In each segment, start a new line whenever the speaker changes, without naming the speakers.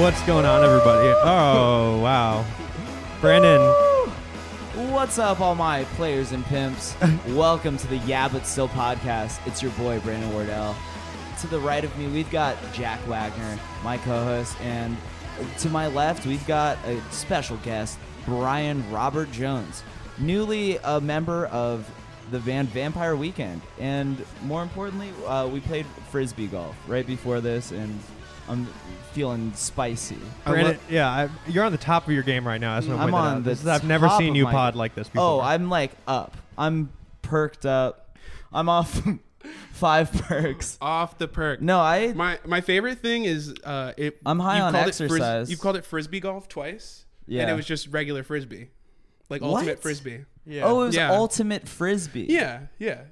What's going on, everybody? Oh, wow. Brandon,
What's up, all my players and pimps? Welcome to the Yeah But Still podcast. It's your boy, Brandon Wardell. To the right of me, we've got Jack Wagner, my co host, and to my left, we've got a special guest, Brian Robert Jones, newly a member of the Van Vampire Weekend. And more importantly, uh, we played frisbee golf right before this, and I'm feeling spicy.
Brandon, yeah, I, you're on the top of your game right now. That's no
I'm
way to-
on the
this is- I've never
top
seen
of
you
my-
pod like this before.
Oh, I'm like up. I'm perked up. I'm off five perks.
off the perk.
No, I
My my favorite thing is uh, it.
I'm high
you've
on
called it fris-
exercise.
you've called it frisbee golf twice. And
Yeah.
it was just regular frisbee, like
What?
ultimate frisbee.
yeah.
Oh, it was
Yeah.
ultimate frisbee.
Yeah, yeah,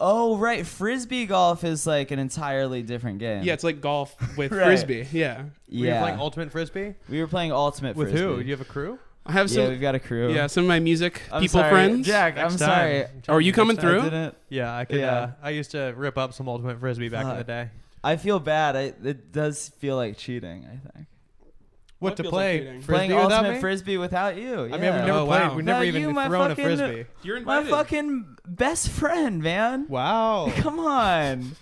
Oh, right. Frisbee golf is like an entirely different game.
yeah. It's like golf with
Right.
frisbee. Yeah.
Were you
Yeah.
playing ultimate frisbee
we were playing ultimate
with
frisbee.
who? Do you have a crew?
I have
yeah,
some.
we've got a crew.
yeah, some of my music
I'm
people
sorry.
friends.
Jack,
Next time.
I'm sorry.
Are you
Next
coming
time.
through?
I didn't.
Yeah, Uh, I could.
Yeah.
Uh, I used to rip up some ultimate frisbee back in the
Fuck.
day.
I feel bad. I, it does feel like cheating. I think
What,
What
to
feels
play?
like cheating?
frisbee
playing
without
ultimate
me?
frisbee without
I
you.
mean, we've
yeah.
never
Oh,
played.
wow.
We've never
No,
even
you, my
thrown a
fucking-
frisbee.
You're
My
invited.
fucking best friend, man.
Wow.
Come on,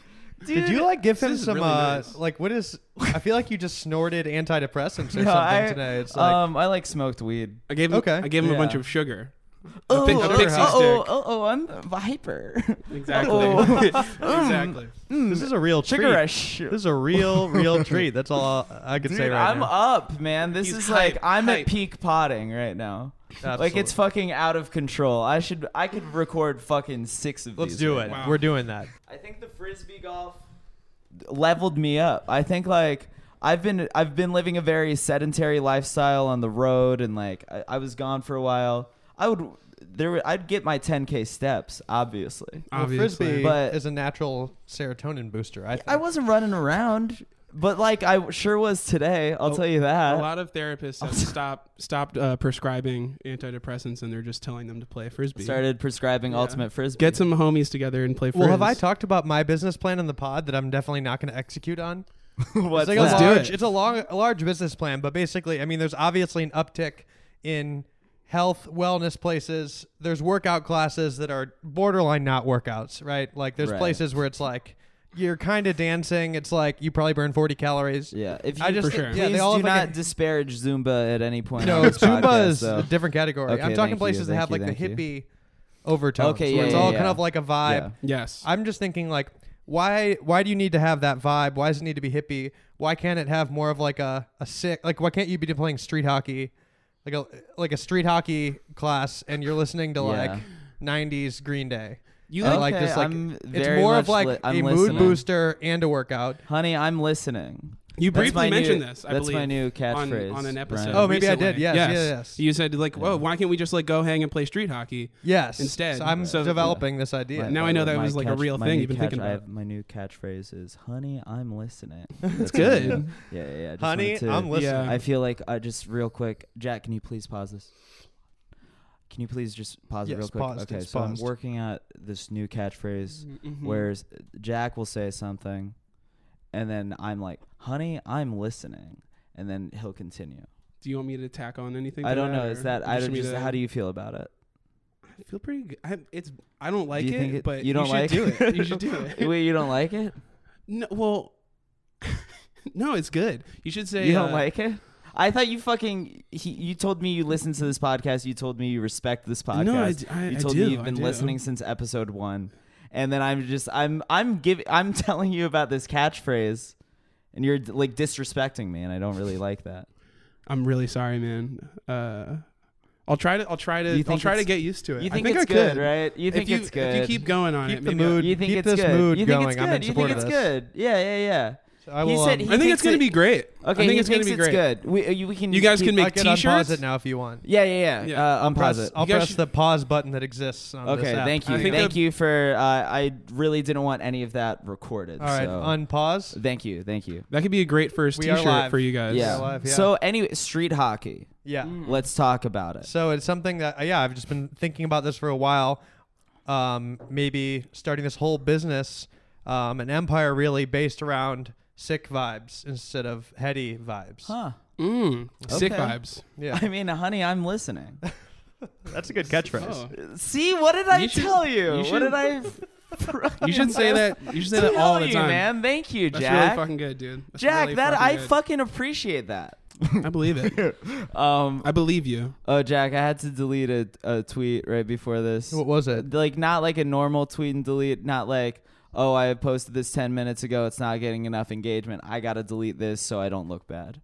dude.
Did you like give him
this is
some
really
uh,
nice.
like what is? I feel like you just snorted antidepressants or something
No, I-
today. It's like
um, I like smoked weed.
I gave him.
Okay.
I gave him
Yeah.
a bunch of sugar.
Oh,
pix-
oh,
a
oh,
pixie
oh,
stick.
oh, oh, I'm hyper.
Exactly.
Oh. Mm.
exactly.
this is a real
Sugar
treat.
rush.
This is a real, real treat. That's all I could
Dude,
say right
I'm
now.
up, man. This
He's
is
hype,
like I'm at
hype.
peak potting right now. Like it's
Absolutely.
fucking out of control. I should I could record fucking six of
Let's
these.
do
right
it.
now.
Wow.
We're doing that.
I think the frisbee golf leveled me up. I think like I've been I've been living a very sedentary lifestyle on the road, and like I, I was gone for a while. I would there were- I'd get my 10k steps, obviously.
Well,
Obviously.
frisbee
But-
is a natural serotonin booster. I think.
I wasn't running around, but like I sure was today. I'll tell you
A
that.
lot of therapists have stopped stopped uh, prescribing antidepressants, and they're just telling them to play frisbee.
Started prescribing
Yeah.
ultimate frisbee.
Get some homies together and play frisbee.
well, have I talked about my business plan in the pod that I'm definitely not going to execute on?
What's
it's like
that?
a
do
large,
it.
It's a long, a large business plan, but basically, I mean, there's obviously an uptick in health wellness places. There's workout classes that are borderline not workouts, right? Like there's
Right.
places where it's like you're kind of dancing. It's like you probably burn 40 calories.
Yeah, if you
I just
For sure.
please
yeah, they all
do
have, like,
not
a-
disparage Zumba at any point.
No,
on this
Zumba
podcast,
is
so-
a different category.
Okay,
I'm
thank
talking
you,
places that
thank
have
you,
like the
thank
hippie overtones.
Okay,
where
yeah,
it's
yeah,
all
yeah.
kind of like a vibe.
Yeah.
Yes.
I'm just thinking like why why do you need to have that vibe? Why does it need to be hippie? Why can't it have more of like a, a sick like why can't you be playing street hockey? Like a like a street hockey class and you're listening to
Yeah.
like nineties Green Day.
You
And, like
like- Okay,
this like
I'm
it's
very
more
much
of like
li-
a
I'm
mood
listening.
booster and a workout.
Honey, I'm listening.
You
That's my
briefly mentioned
new-
this. I
that's
believe,
my new
on-
catchphrase,
on, an episode.
Brian.
Oh, maybe I did.
recently.
Yes, yeah, yes.
You said like, "Whoa, why can't we just like go hang and play street hockey?"
Yes.
Instead.
So I'm
So-
developing this idea.
My-
Now I
my-
know that
my
was, like, a
catch-
real
my
thing
new
you've been thinking
catch- I
about.
have- my new catchphrase is "Honey, I'm listening." That's my
good.
new- Yeah, yeah. yeah I just
Honey,
wanted to,
I'm listening.
I feel like I just real quick, Jack. Can you please pause this? Can you please just pause it
Yes,
real quick?
paused,
okay,
it's
so
paused.
I'm working at this new catchphrase,
Mm-hmm,
Mhm.
whereas Jack will say something, and then I'm like, "Honey, I'm listening," and then he'll continue.
Do you want me to tack on anything?
I
to
don't know.
or
Is that I
just
don't
me
just
to-
how do you feel about it?
I feel pretty good. I, it's I don't like
you
it,
think it-
but
you don't
should
like
do
it?
it. You should do it.
Wait, you don't like it?
No, well, no, it's good. You should say
you don't
uh,
like it? I thought you fucking. He, you told me you listened to this podcast. You told me you respect this podcast.
No, I d- I-
you
I
told
do,
me you've
I
been
do.
listening since episode one, and then I'm just I'm I'm giving I'm telling you about this catchphrase, and you're like disrespecting me, and I don't really like that.
I'm really sorry, man. Uh, I'll try to. I'll try
You
to. I'll
think
try to
it's-
get used to it.
You
I
think,
think
it's
I
good,
could.
right? You think
if you,
it's good.
If you keep going on it,
Keep the
maybe I-
mood.
You think
keep
it's
this
good.
mood
you think
going.
it's
I'm
good.
in
you
support
think
of
it's
this.
good. Yeah, yeah, yeah.
So I
He
will,
said
um,
he
I think
thinks
it's gonna
it-
be great.
Okay,
I think
he
it's gonna
thinks
be
it's
great.
good. We, uh, you- we can.
You guys
keep-
can
I
make
could unpause
t-shirts.
it now if you want.
Yeah, yeah, yeah.
Yeah.
Uh, unpause
Press-
it.
I'll
You guys
press
should-
the pause button that exists on
Okay,
this app.
thank you.
I think
Thank
the-
you for. Uh, I really didn't want any of that recorded.
All right,
so.
unpause.
Thank you, thank you.
That could be a great first
We are
T-shirt
live.
for you guys.
Yeah.
alive, yeah.
So anyway, street hockey.
Yeah.
Let's talk about it.
So it's something that uh, yeah, I've just been thinking about this for a while. Um, maybe starting this whole business, um, an empire really based around sick vibes instead of heady vibes.
Huh.
Mm, Sick
Okay. Oh.
vibes.
Yeah,
I mean, honey, I'm listening.
That's a good catchphrase.
Oh.
See, what did I
You should-
tell you?
you
what
should-
did I? fucking
You should say that. You should say that
tell
all the
you,
time.
man. Thank you,
That's
Jack.
really fucking good, dude. That's
Jack,
really
that I
fucking good.
fucking appreciate that.
I believe it.
Um,
I believe you.
oh, Jack, I had to delete a, a tweet right before this.
Oh. what was it?
like not like a normal tweet and delete, not like, oh, I posted this 10 minutes ago, it's not getting enough engagement. I got to delete this so I don't look bad.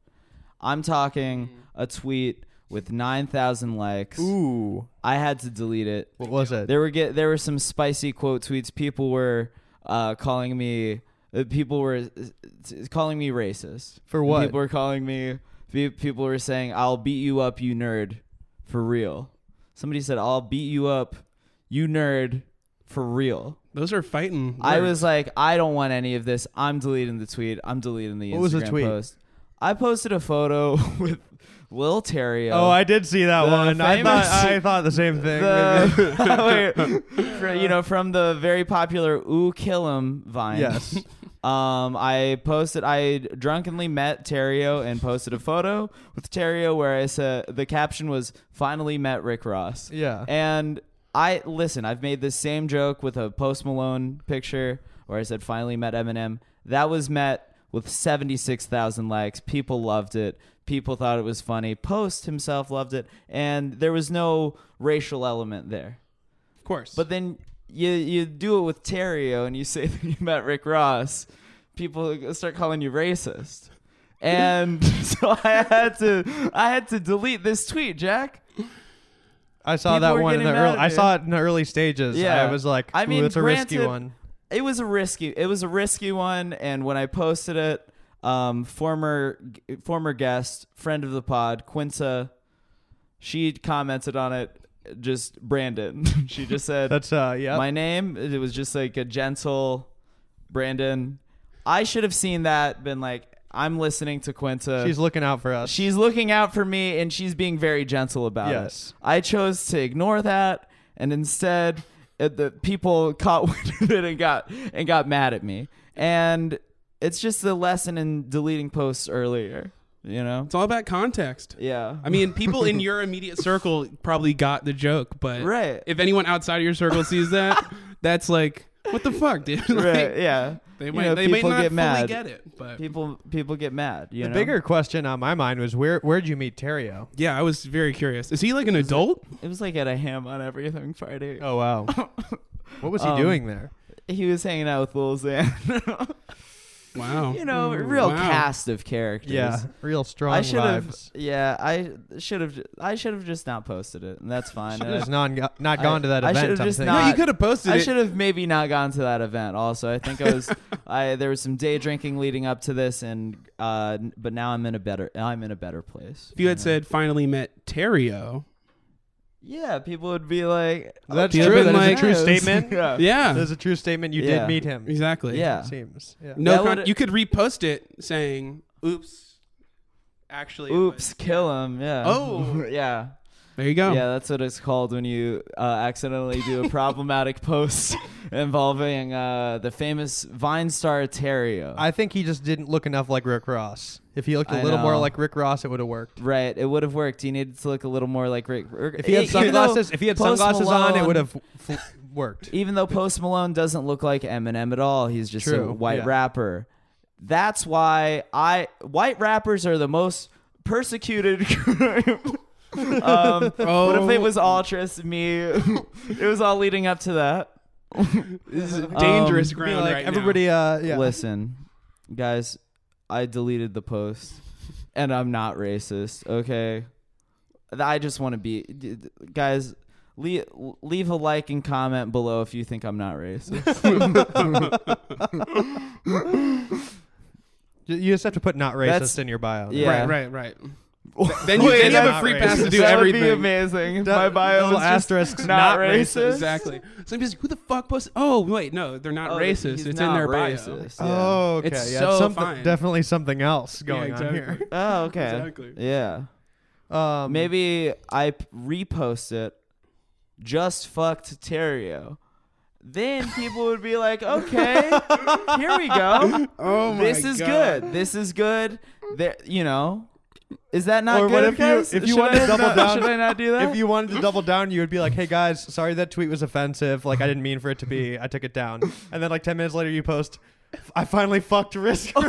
I'm talking a tweet with 9,000 likes.
Ooh.
I had to delete it.
What was it?
There were get there were some spicy quote tweets. People were uh, calling me uh, people were uh, t- calling me racist.
For what?
People were calling me pe- people were saying I'll beat you up you nerd for real. Somebody said I'll beat you up you nerd for real.
Those are fighting.
I
words.
was like I don't want any of this. I'm deleting the tweet. I'm deleting the
What was
Instagram
the tweet?
post. I posted a photo with Lil Terrio.
Oh, I did see that
The
one. I thought
famous-
I thought the same thing.
the, wait, fr- you know, from the very popular "Ooh Kill 'Em" vine.
Yes.
Um, I posted. I drunkenly met Terrio and posted a photo with Terrio where I said the caption was "Finally met Rick Ross."
Yeah.
And I listen. I've made this same joke with a Post Malone picture where I said "Finally met Eminem." That was met with seventy six thousand likes. People loved it. People thought it was funny. Post himself loved it, and there was no racial element there.
of course.
But then you you do it with Terrio and you say that you met Rick Ross, people start calling you racist. And so I had to I had to delete this tweet, Jack.
I saw
People
that
were
one in the
getting
early.
mad at
I
you.
saw it in the early stages.
Yeah.
I was like,
I
"Ooh,
mean,
it's a risky
granted-
one."
It was a risky it was a risky one and when I posted it, um former former guest, friend of the pod, Quinta, she commented on it just Brandon. she just said
That's uh, yeah.
my name. It was just like a gentle Brandon. I should have seen that, been like, I'm listening to Quinta.
She's
She's,
looking out for us.
looking out for me and she's being very gentle about
Yes.
it. I chose to ignore that and instead uh, the people caught wind of it and got and got mad at me. And it's just the lesson in deleting posts earlier, you know?
it's all about context.
Yeah.
I mean, people in your immediate circle probably got the joke, but
Right.
if anyone outside of your circle sees that, that's like, what the fuck, dude? Like,
right, yeah.
They
You
might,
know,
they may
people
not
get
fully
mad.
get it, but
People people get mad, you
the
know.
bigger question on my mind was where where'd you meet Terrio?
yeah, I was very curious. Is he like an adult?
It was like at a ham on everything Friday.
Oh wow, what was he
Um,
doing there?
He was hanging out with Lil Xan.
Wow.
you know, a real
Wow.
cast of characters.
Yeah, real strong
I should have.
vibes.
Yeah, I should have. I should have just not posted it, and that's fine.
Should
And I-
have non not gone
I-
to that
I
event.
should've
I'm
just
thinking.
No, you
not-
could have posted
I
it.
should have maybe not gone to that event. Also, I think I was. I there was some day drinking leading up to this, and uh, n- but now I'm in a better. I'm in a better place.
If you had
know?
said finally met Terrio,
yeah, people would be like, "Oh,
That's
"Okay,
true. That is a
yes."
true statement.
yeah.
yeah,
There's a true statement. You
Yeah.
did meet him.
exactly.
Yeah.
Seems. Yeah.
No,
That
con-
would-
you could repost it saying, "Oops, actually, it
Oops,
was-
kill him. Yeah.
Oh.
yeah.
There you
Oh.
go.
Yeah, that's what it's called when you uh, accidentally do a problematic post involving uh, the famous Vine star Terrio.
I think he just didn't look enough like Rick Ross. If he looked a
I
little more
know.
like Rick Ross, it would have worked.
right, it would have worked. You needed to look a little more like Rick. Rick-
If he had
even though
sunglasses, if he had
Eh, Post
sunglasses on, it
Malone-
would have fl- worked.
Even though Post Malone doesn't look like Eminem at all, he's just a
True,
white
yeah.
rapper. That's why I white rappers are the most persecuted group. um, What if it was
Oh.
all just me? it was all leading up to that.
This is dangerous
Um,
Be
ground
like
right
everybody. Uh, yeah.
Listen, guys, I deleted the post, and I'm not racist. Okay, Th- I just want to be, d- d- guys. Leave, leave a like and comment below if you think I'm not racist.
You you just have to put not racist
That's-
in your bio.
now.
Yeah.
Right, right, right. then you,
Wait,
then you have
that's-
a free pass to do
that
everything.
would be amazing.
That-
My bio
little
is just
asterisks, not
not, racist.
Exactly. So I'm just who the fuck posted? Oh wait, no, they're not
Oh,
racist.
he's
It's
not
in their bio.
racist, yeah.
Oh, okay.
It's
yeah,
so
something,
fine.
definitely something else going
yeah,
on
exactly.
Oh, okay.
Exactly.
Yeah.
here.
Mm.
Um,
Maybe I p- repost it. Just fucked Terrio, then people would be like, okay, here we go.
Oh my
This is
God.
good. This is good. There, you know, is that not
Or
good?
what if you-
guys?
if you
Should
wanted
I
to double
not-
down-
should I not do that?
If you wanted to double down, you would be like, "Hey guys, sorry that tweet was offensive. Like I didn't mean for it to be. I took it down." And then like ten minutes later, you post, "I finally fucked Risk."
Oh,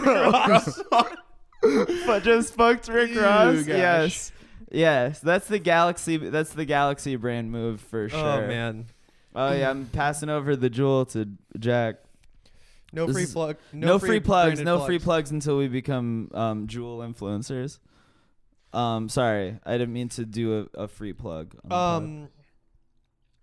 Ross."
but just fucked Rick
Ew,
Ross.
gosh.
Yes. Yes, that's the Galaxy that's the Galaxy brand move for sure.
Oh man,
Oh yeah, I'm passing over the jewel to Jack.
no
This
free
is-
plug. No,
No, free, plugs,
branded
no free plugs until we become um jewel influencers. Um sorry, I didn't mean to do a, a free plug. on the
Um.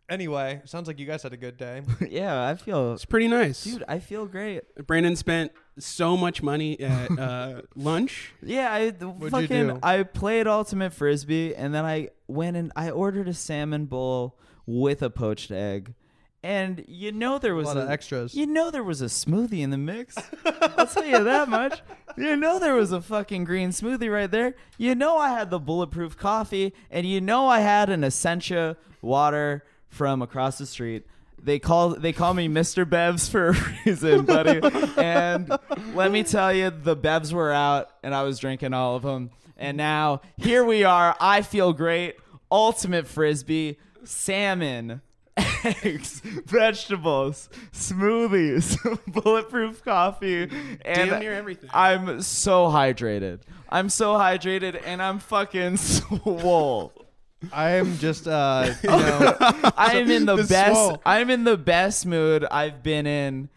Anyway, sounds like you guys had a good day.
pod. yeah, I feel
It's pretty nice.
dude, I feel great.
Brandon spent so much money at uh, lunch.
Yeah, I the
you do?
fucking I played ultimate frisbee and then I went and I ordered a salmon bowl with a poached egg. And you know there
A
was
lot
a,
of extras.
You know there was a smoothie in the mix. I'll tell you that much. You know there was a fucking green smoothie right there. You know I had the bulletproof coffee, and you know I had an Essentia water from across the street. They call they call me Mr. Bevs for a reason, buddy. and let me tell you, the Bevs were out, and I was drinking all of them. And now here we are. I feel great. Ultimate frisbee, salmon, eggs, vegetables, smoothies, bulletproof coffee, and
Damn near everything.
I'm so hydrated. I'm so hydrated, and I'm fucking swole.
I am just, uh, you know,
I am in the,
The
best.
swole.
I'm in the best mood I've been in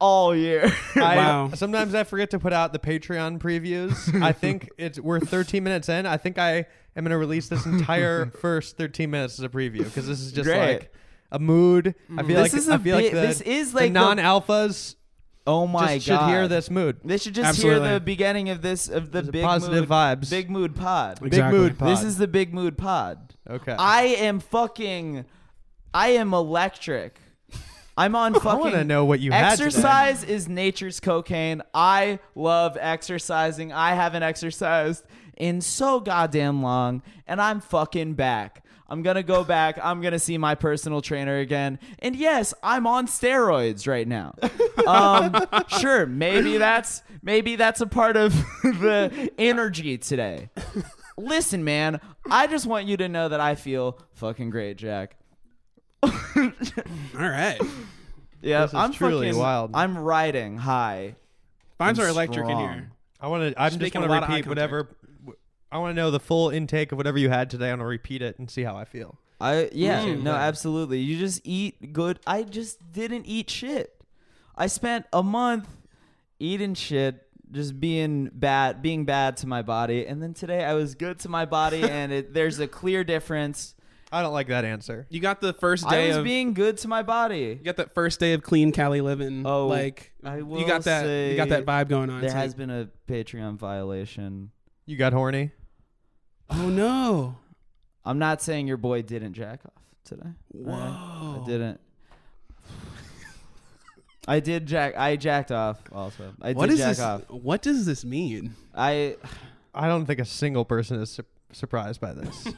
all year.
I,
Wow.
sometimes I forget to put out the Patreon previews. I think it's we're 13 minutes in. I think I am gonna release this entire first 13 minutes as a preview because this is just
Great.
like a mood. I feel
This
like
is
I
a
feel like
bit-
the,
this is like the-
the non-alphas
oh my
just
god!
should hear this mood.
They should just hear
Absolutely.
the beginning of this of the
There's a
big
positive
mood,
vibes.
Big mood pod.
Exactly.
Big mood. Pod.
This is the big mood pod.
okay.
I am fucking. I am electric. I'm on fucking.
I want to know what you had today.
exercise is nature's cocaine. I love exercising. I haven't exercised in so goddamn long, and I'm fucking back. I'm gonna go back. I'm gonna see my personal trainer again. And yes, I'm on steroids right now. Um, sure, maybe that's maybe that's a part of the energy today. Listen, man, I just want you to know that I feel fucking great, Jack.
All right.
Yeah,
This is
I'm
truly
fucking,
wild.
I'm riding high.
Vibes
I'm
are electric in here.
strong.
I want to. I'm just
making
want
a
to
lot of eye
repeat whatever. I want to know the full intake of whatever you had today. I want to repeat it and see how I feel.
I yeah,
Mm.
no, absolutely. You just eat good. I just didn't eat shit. I spent a month eating shit, just being bad, being bad to my body, and then today I was good to my body, and it, there's a clear difference.
I don't like that answer.
You got the first
I
day
was
of
being good to my body.
you got that first day of clean Cali living.
Oh,
like
I
you
will
got that you
say
got that vibe going on.
There
It's
has
like,
been a Patreon violation.
You got horny.
oh no.
I'm not saying your boy didn't jack off today. all
Whoa.
right? I didn't. I did jack. I jacked off. Also, I
What
did
is
jack
this?
off.
What does this mean?
I
I don't think a single person is su- surprised by this.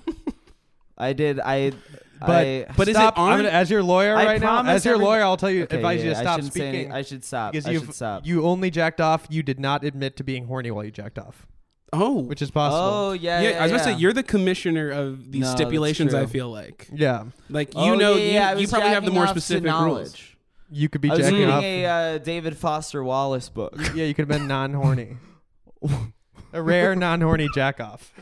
I did. I
But
I,
But is it
Stop. I'm
on-
gonna- as your lawyer
I
right now?
promise
As your
every-
lawyer, I'll tell you,
Okay,
advise you
yeah,
to
I
stop
shouldn't say any-
speaking
I should stop.
because
I
you
should stop.
you only jacked off. You did not admit to being horny while you jacked off,
Oh.
which is possible.
Oh yeah.
yeah,
yeah
I was gonna
yeah.
say you're the commissioner of these
No, that's
stipulations. I
true.
feel like,
Yeah,
like you
Oh,
know,
yeah, yeah, I
you, you
was
probably have the
jacking
more
off to
specific rules.
knowledge.
you could be
I was
jacking
reading
off.
a uh, David Foster Wallace book.
yeah, you could have been non-horny. a rare non-horny jack off.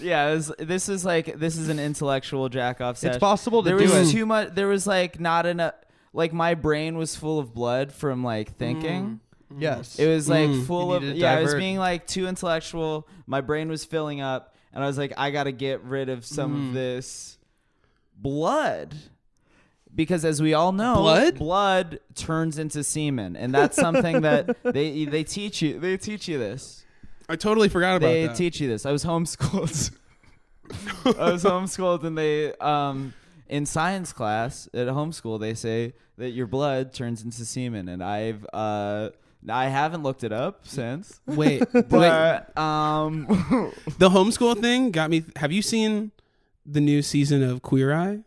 yeah, it was, this is like this is an intellectual jack off
It's
session.
possible to
there
do
was
it.
too much. There was like not enough. Like my brain was full of blood from like thinking.
Yes.
It was like
Mm.
full
You
of
needed to
yeah. I was
divert.
being like too intellectual. My brain was filling up, and I was like, I gotta get rid of some
Mm.
of this blood, because as we all know,
Blood?
blood turns into semen, and that's something that they they teach you. They teach you this.
I totally forgot about
They
that.
teach you this. I was homeschooled. I was homeschooled, and they um in science class at homeschool they say that your blood turns into semen, and I've uh I haven't looked it up since,
wait, wait,
but um
the homeschool thing got me. Have you seen the new season of Queer Eye?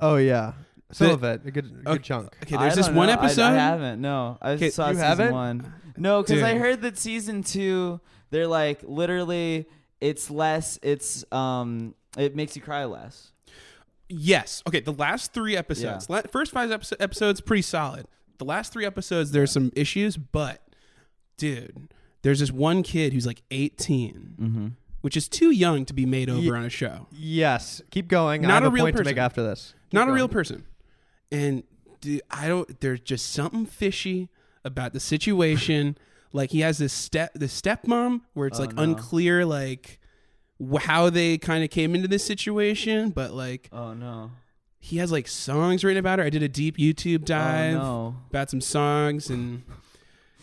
oh yeah. Some
The-
of it, a good, a good
Okay.
chunk.
Okay, there's
I
this
don't
one
know. I-
episode.
I, haven't. No, I
Okay,
saw
you
season
haven't?
one. No, because I
Dude.
heard that season two, they're like literally, it's less. It's um, it makes you cry less.
Yes. Okay. The last three episodes. La- first five episo- episodes pretty solid. The last three episodes, there's some issues, but dude, there's this one kid who's like 18,
Mm-hmm.
which is too young to be made over
Ye-
on a show.
Yes, keep going.
Not
I have
a
a,
real
point to make
person.
after this. Keep
Not a
going.
real person. And dude, I don't. There's just something fishy about the situation. like he has this step, this stepmom, where it's
Oh,
like
no.
unclear, like wh- how they kind of came into this situation, but like
Oh no.
he has like songs written about her. I did a deep YouTube dive.
Oh no.
about some songs and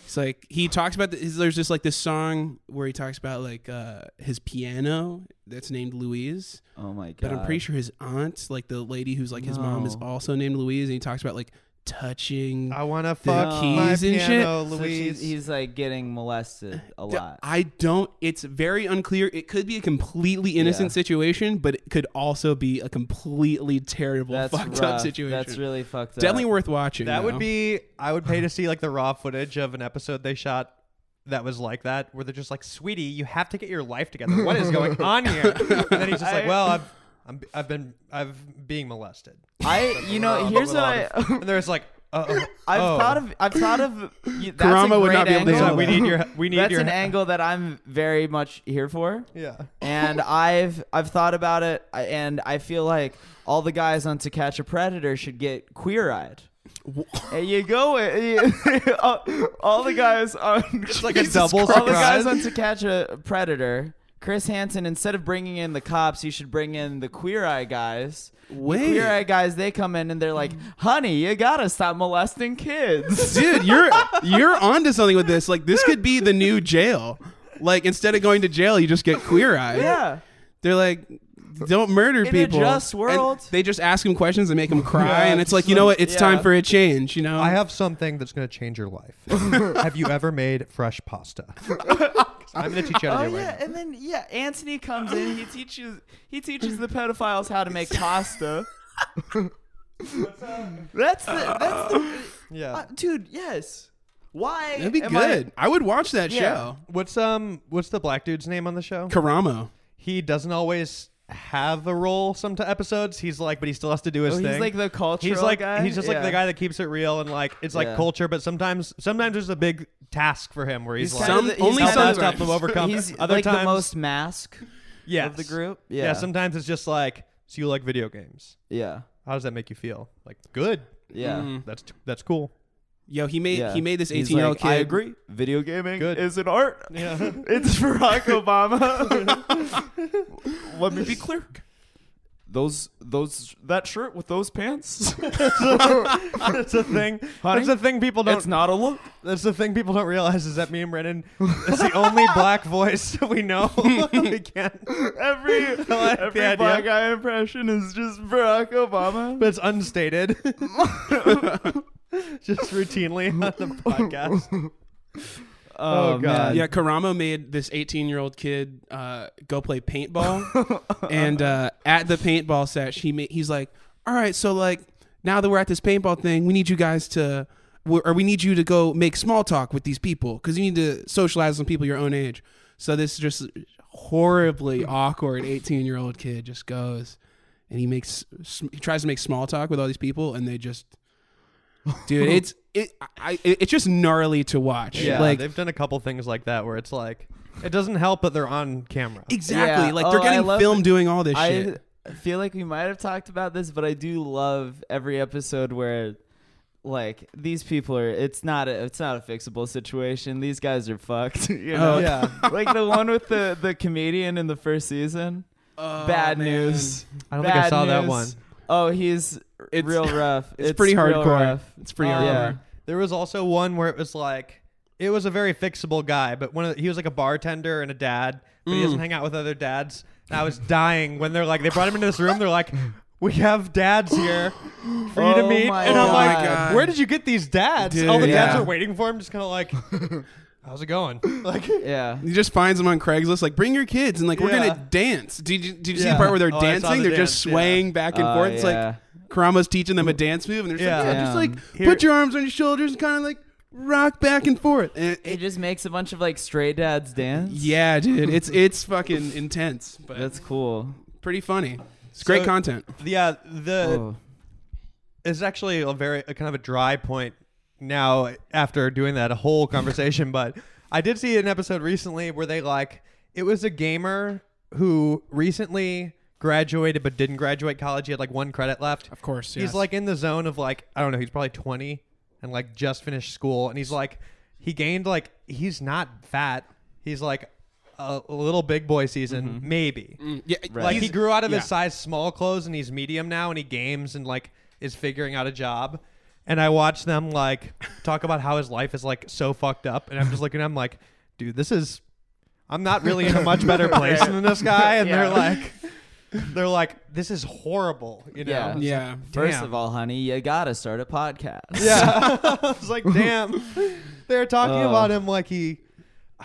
it's like he talks about the, his, there's just like this song where he talks about like uh his piano that's named Louise
Oh my god.
but I'm pretty sure his aunt like the lady who's like his mom is
No.
also named Louise and he talks about like touching
I wanna
the
fuck
keys
my
and shit.
piano,
So she's-
Louise.
he's like getting molested a
D-
lot.
I don't it's very unclear it could be a completely innocent
Yeah.
situation but it could also be a completely terrible
That's
fucked up
rough.
situation
That's really fucked up.
definitely worth watching
that would
though.
be. I would pay to see like the raw footage of an episode they shot that was like that, where they're just like, "Sweetie, you have to get your life together. What is going on here?" And then he's just like,
I-
"Well, I've, I'm, I've been, I've being molested."
I, you know,
Raw, but
here's
with
what
a lot
I,
of- and there's like, uh, oh,
I've
oh.
thought of. I've thought of. You, that's a
Karama would
great
not be able to
angle.
So we need your, we need
that's
your,
an angle that I'm very much here for.
yeah.
and I've I've thought about it, I- and I feel like all the guys on To Catch a Predator should get queer-eyed. And you go with you, all, all the guys on
It's like a double
all Oh, the guys
surprise.
on To Catch a Predator. Chris Hansen, instead of bringing in the cops, he should bring in the queer eye guys.
Wait.
Queer eye guys, they come in and they're like, "Honey, you gotta stop molesting kids."
dude you're you're onto something with this like this could be the new jail like instead of going to jail you just get queer eyed
yeah.
they're like don't murder
a
people
just
And
world.
they just ask him questions and make him cry
Yeah,
and it's
just
like you know
like-
what it's
yeah.
time for a change you know
I have something that's going to change your life. have you ever made fresh pasta? 'Cause I'm going to teach you how
Oh
to do it.
yeah,
right now.
and then yeah, Anthony comes in. He teaches he teaches the pedophiles how to make pasta. that's the that's the
Yeah.
uh, dude. Yes. Why?
that'd be
am I-
good I, would watch that
Yeah.
show
What's um what's the black dude's name on the show?
karamo
He doesn't always have a role some t- episodes. He's like but he still has to do his
Oh,
thing.
he's like the cultural
He's like
guy.
he's just like
Yeah.
the guy that keeps it real and like it's like
Yeah.
culture, but sometimes sometimes there's a big task for him where he's,
He's
like
kinda
some
the- he's
only
help us
kinda
some
the-
help them overcome.
He's
Other
like
times,
the most mask
yes.
of the group.
Yeah.
Yeah. Yeah.
sometimes it's just like so you like video games.
yeah.
How does that make you feel? Like good.
Mm.
That's that's cool.
yo he made
Yeah.
he made this
He's
18 year old
like,
kid
I agree. Video gaming
Good.
is an art.
Yeah.
It's Barack Obama. Let me be clear. Those those that shirt with those pants.
that's the thing.
Honey,
that's the thing people don't.
it's not a look.
that's the thing people don't realize is that me and Brennan is the only black voice we know. we can't.
Every
like
every
the idea.
black guy impression is just Barack Obama.
But it's unstated. Just routinely on the podcast. Oh, God.
yeah karamo made this 18 year old kid uh, go play paintball and uh, at the paintball set she ma- he's like all right so like now that we're at this paintball thing we need you guys to we- or we need you to go make small talk with these people because you need to socialize with people your own age so this just horribly awkward 18 year old kid just goes and he makes sm- he tries to make small talk with all these people and they just dude it's it, I, it it's just gnarly to watch
Yeah,
like
they've done a couple things like that where it's like it doesn't help that they're on camera.
Exactly.
Yeah.
Like
Oh,
they're
I
getting
love
filmed doing all this
I
shit.
feel like we might have talked about this, but I do love every episode where like these people are it's not a it's not a fixable situation. These guys are fucked. You know?
Oh,
yeah.
like the one with the the comedian in the first season.
Oh,
Bad news.
I don't think I
Bad
saw that
news.
one.
Oh, he's
It's-
real rough.
It's, pretty
real
hardcore.
rough.
It's pretty
Um,
hardcore.
There was also one where it was like it was a very fixable guy, but one of the, he was like a bartender and a dad, but he
Mm.
doesn't hang out with other dads. And I was dying when they're like they brought him into this room. They're like, we have dads here for you
Oh
to meet,
my
and I'm like,
God.
where did you get these dads?
Dude,
All the dads
yeah.
are waiting for him, just kind of like, how's it going? Like,
Yeah.
He just finds them on Craigslist. Like, bring your kids, and like we're
Yeah.
gonna dance. Did you did you see
Yeah.
the part where they're
Oh, I saw
dancing?
the
They're just
dance, yeah.
swaying back and
Oh,
forth. It's
yeah.
like Karama's teaching them a dance move, and they're just
Yeah.
like, yeah,
Yeah.
just like
Here-
put your arms on your shoulders and kind of like rock back and forth. And
It
it-
just makes a bunch of like stray dads dance.
yeah, dude, it's it's fucking intense, but
That's cool.
pretty funny. It's great
So-
content.
Yeah, the
Oh.
it's actually a very a kind of a dry point now after doing that whole conversation. but I did see an episode recently where they like it was a gamer who recently graduated but didn't graduate college. He had like one credit left.
Of course,
He's like in the zone of like I don't know. He's probably twenty and like just finished school, and he's like he gained like he's not fat. He's like a little big boy season
Mm-hmm.
maybe.
yeah,
Like he
he's-
grew out of
yeah.
his size small clothes and he's medium now and he games and like is figuring out a job. And I watch them like talk about how his life is like so fucked up and I'm just looking at him like, dude, this is I'm not really in a much better place than this guy and they're like they're like, This is horrible, you know?
Yeah.
Yeah.
First
Damn.
of all, honey, you gotta start a podcast.
Yeah. I was like, damn. They were talking
Oh.
about him like he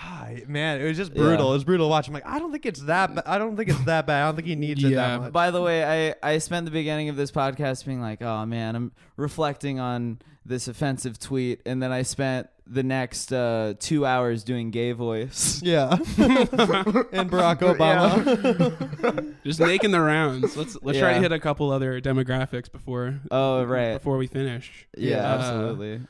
ah, man, it was just brutal. It was brutal to watch. I'm like, I don't think it's that ba- I don't think it's that bad. I don't think he needs it
Yeah.
that much.
By the way, I, I spent the beginning of this podcast being like, oh man, I'm reflecting on this offensive tweet. And then I spent the next uh, two hours doing gay voice.
Yeah. and Barack Obama.
Just making the rounds. Let's let's try
Yeah.
to hit a couple other demographics before
Oh, right.
before we finish.
Yeah,
Uh,
absolutely.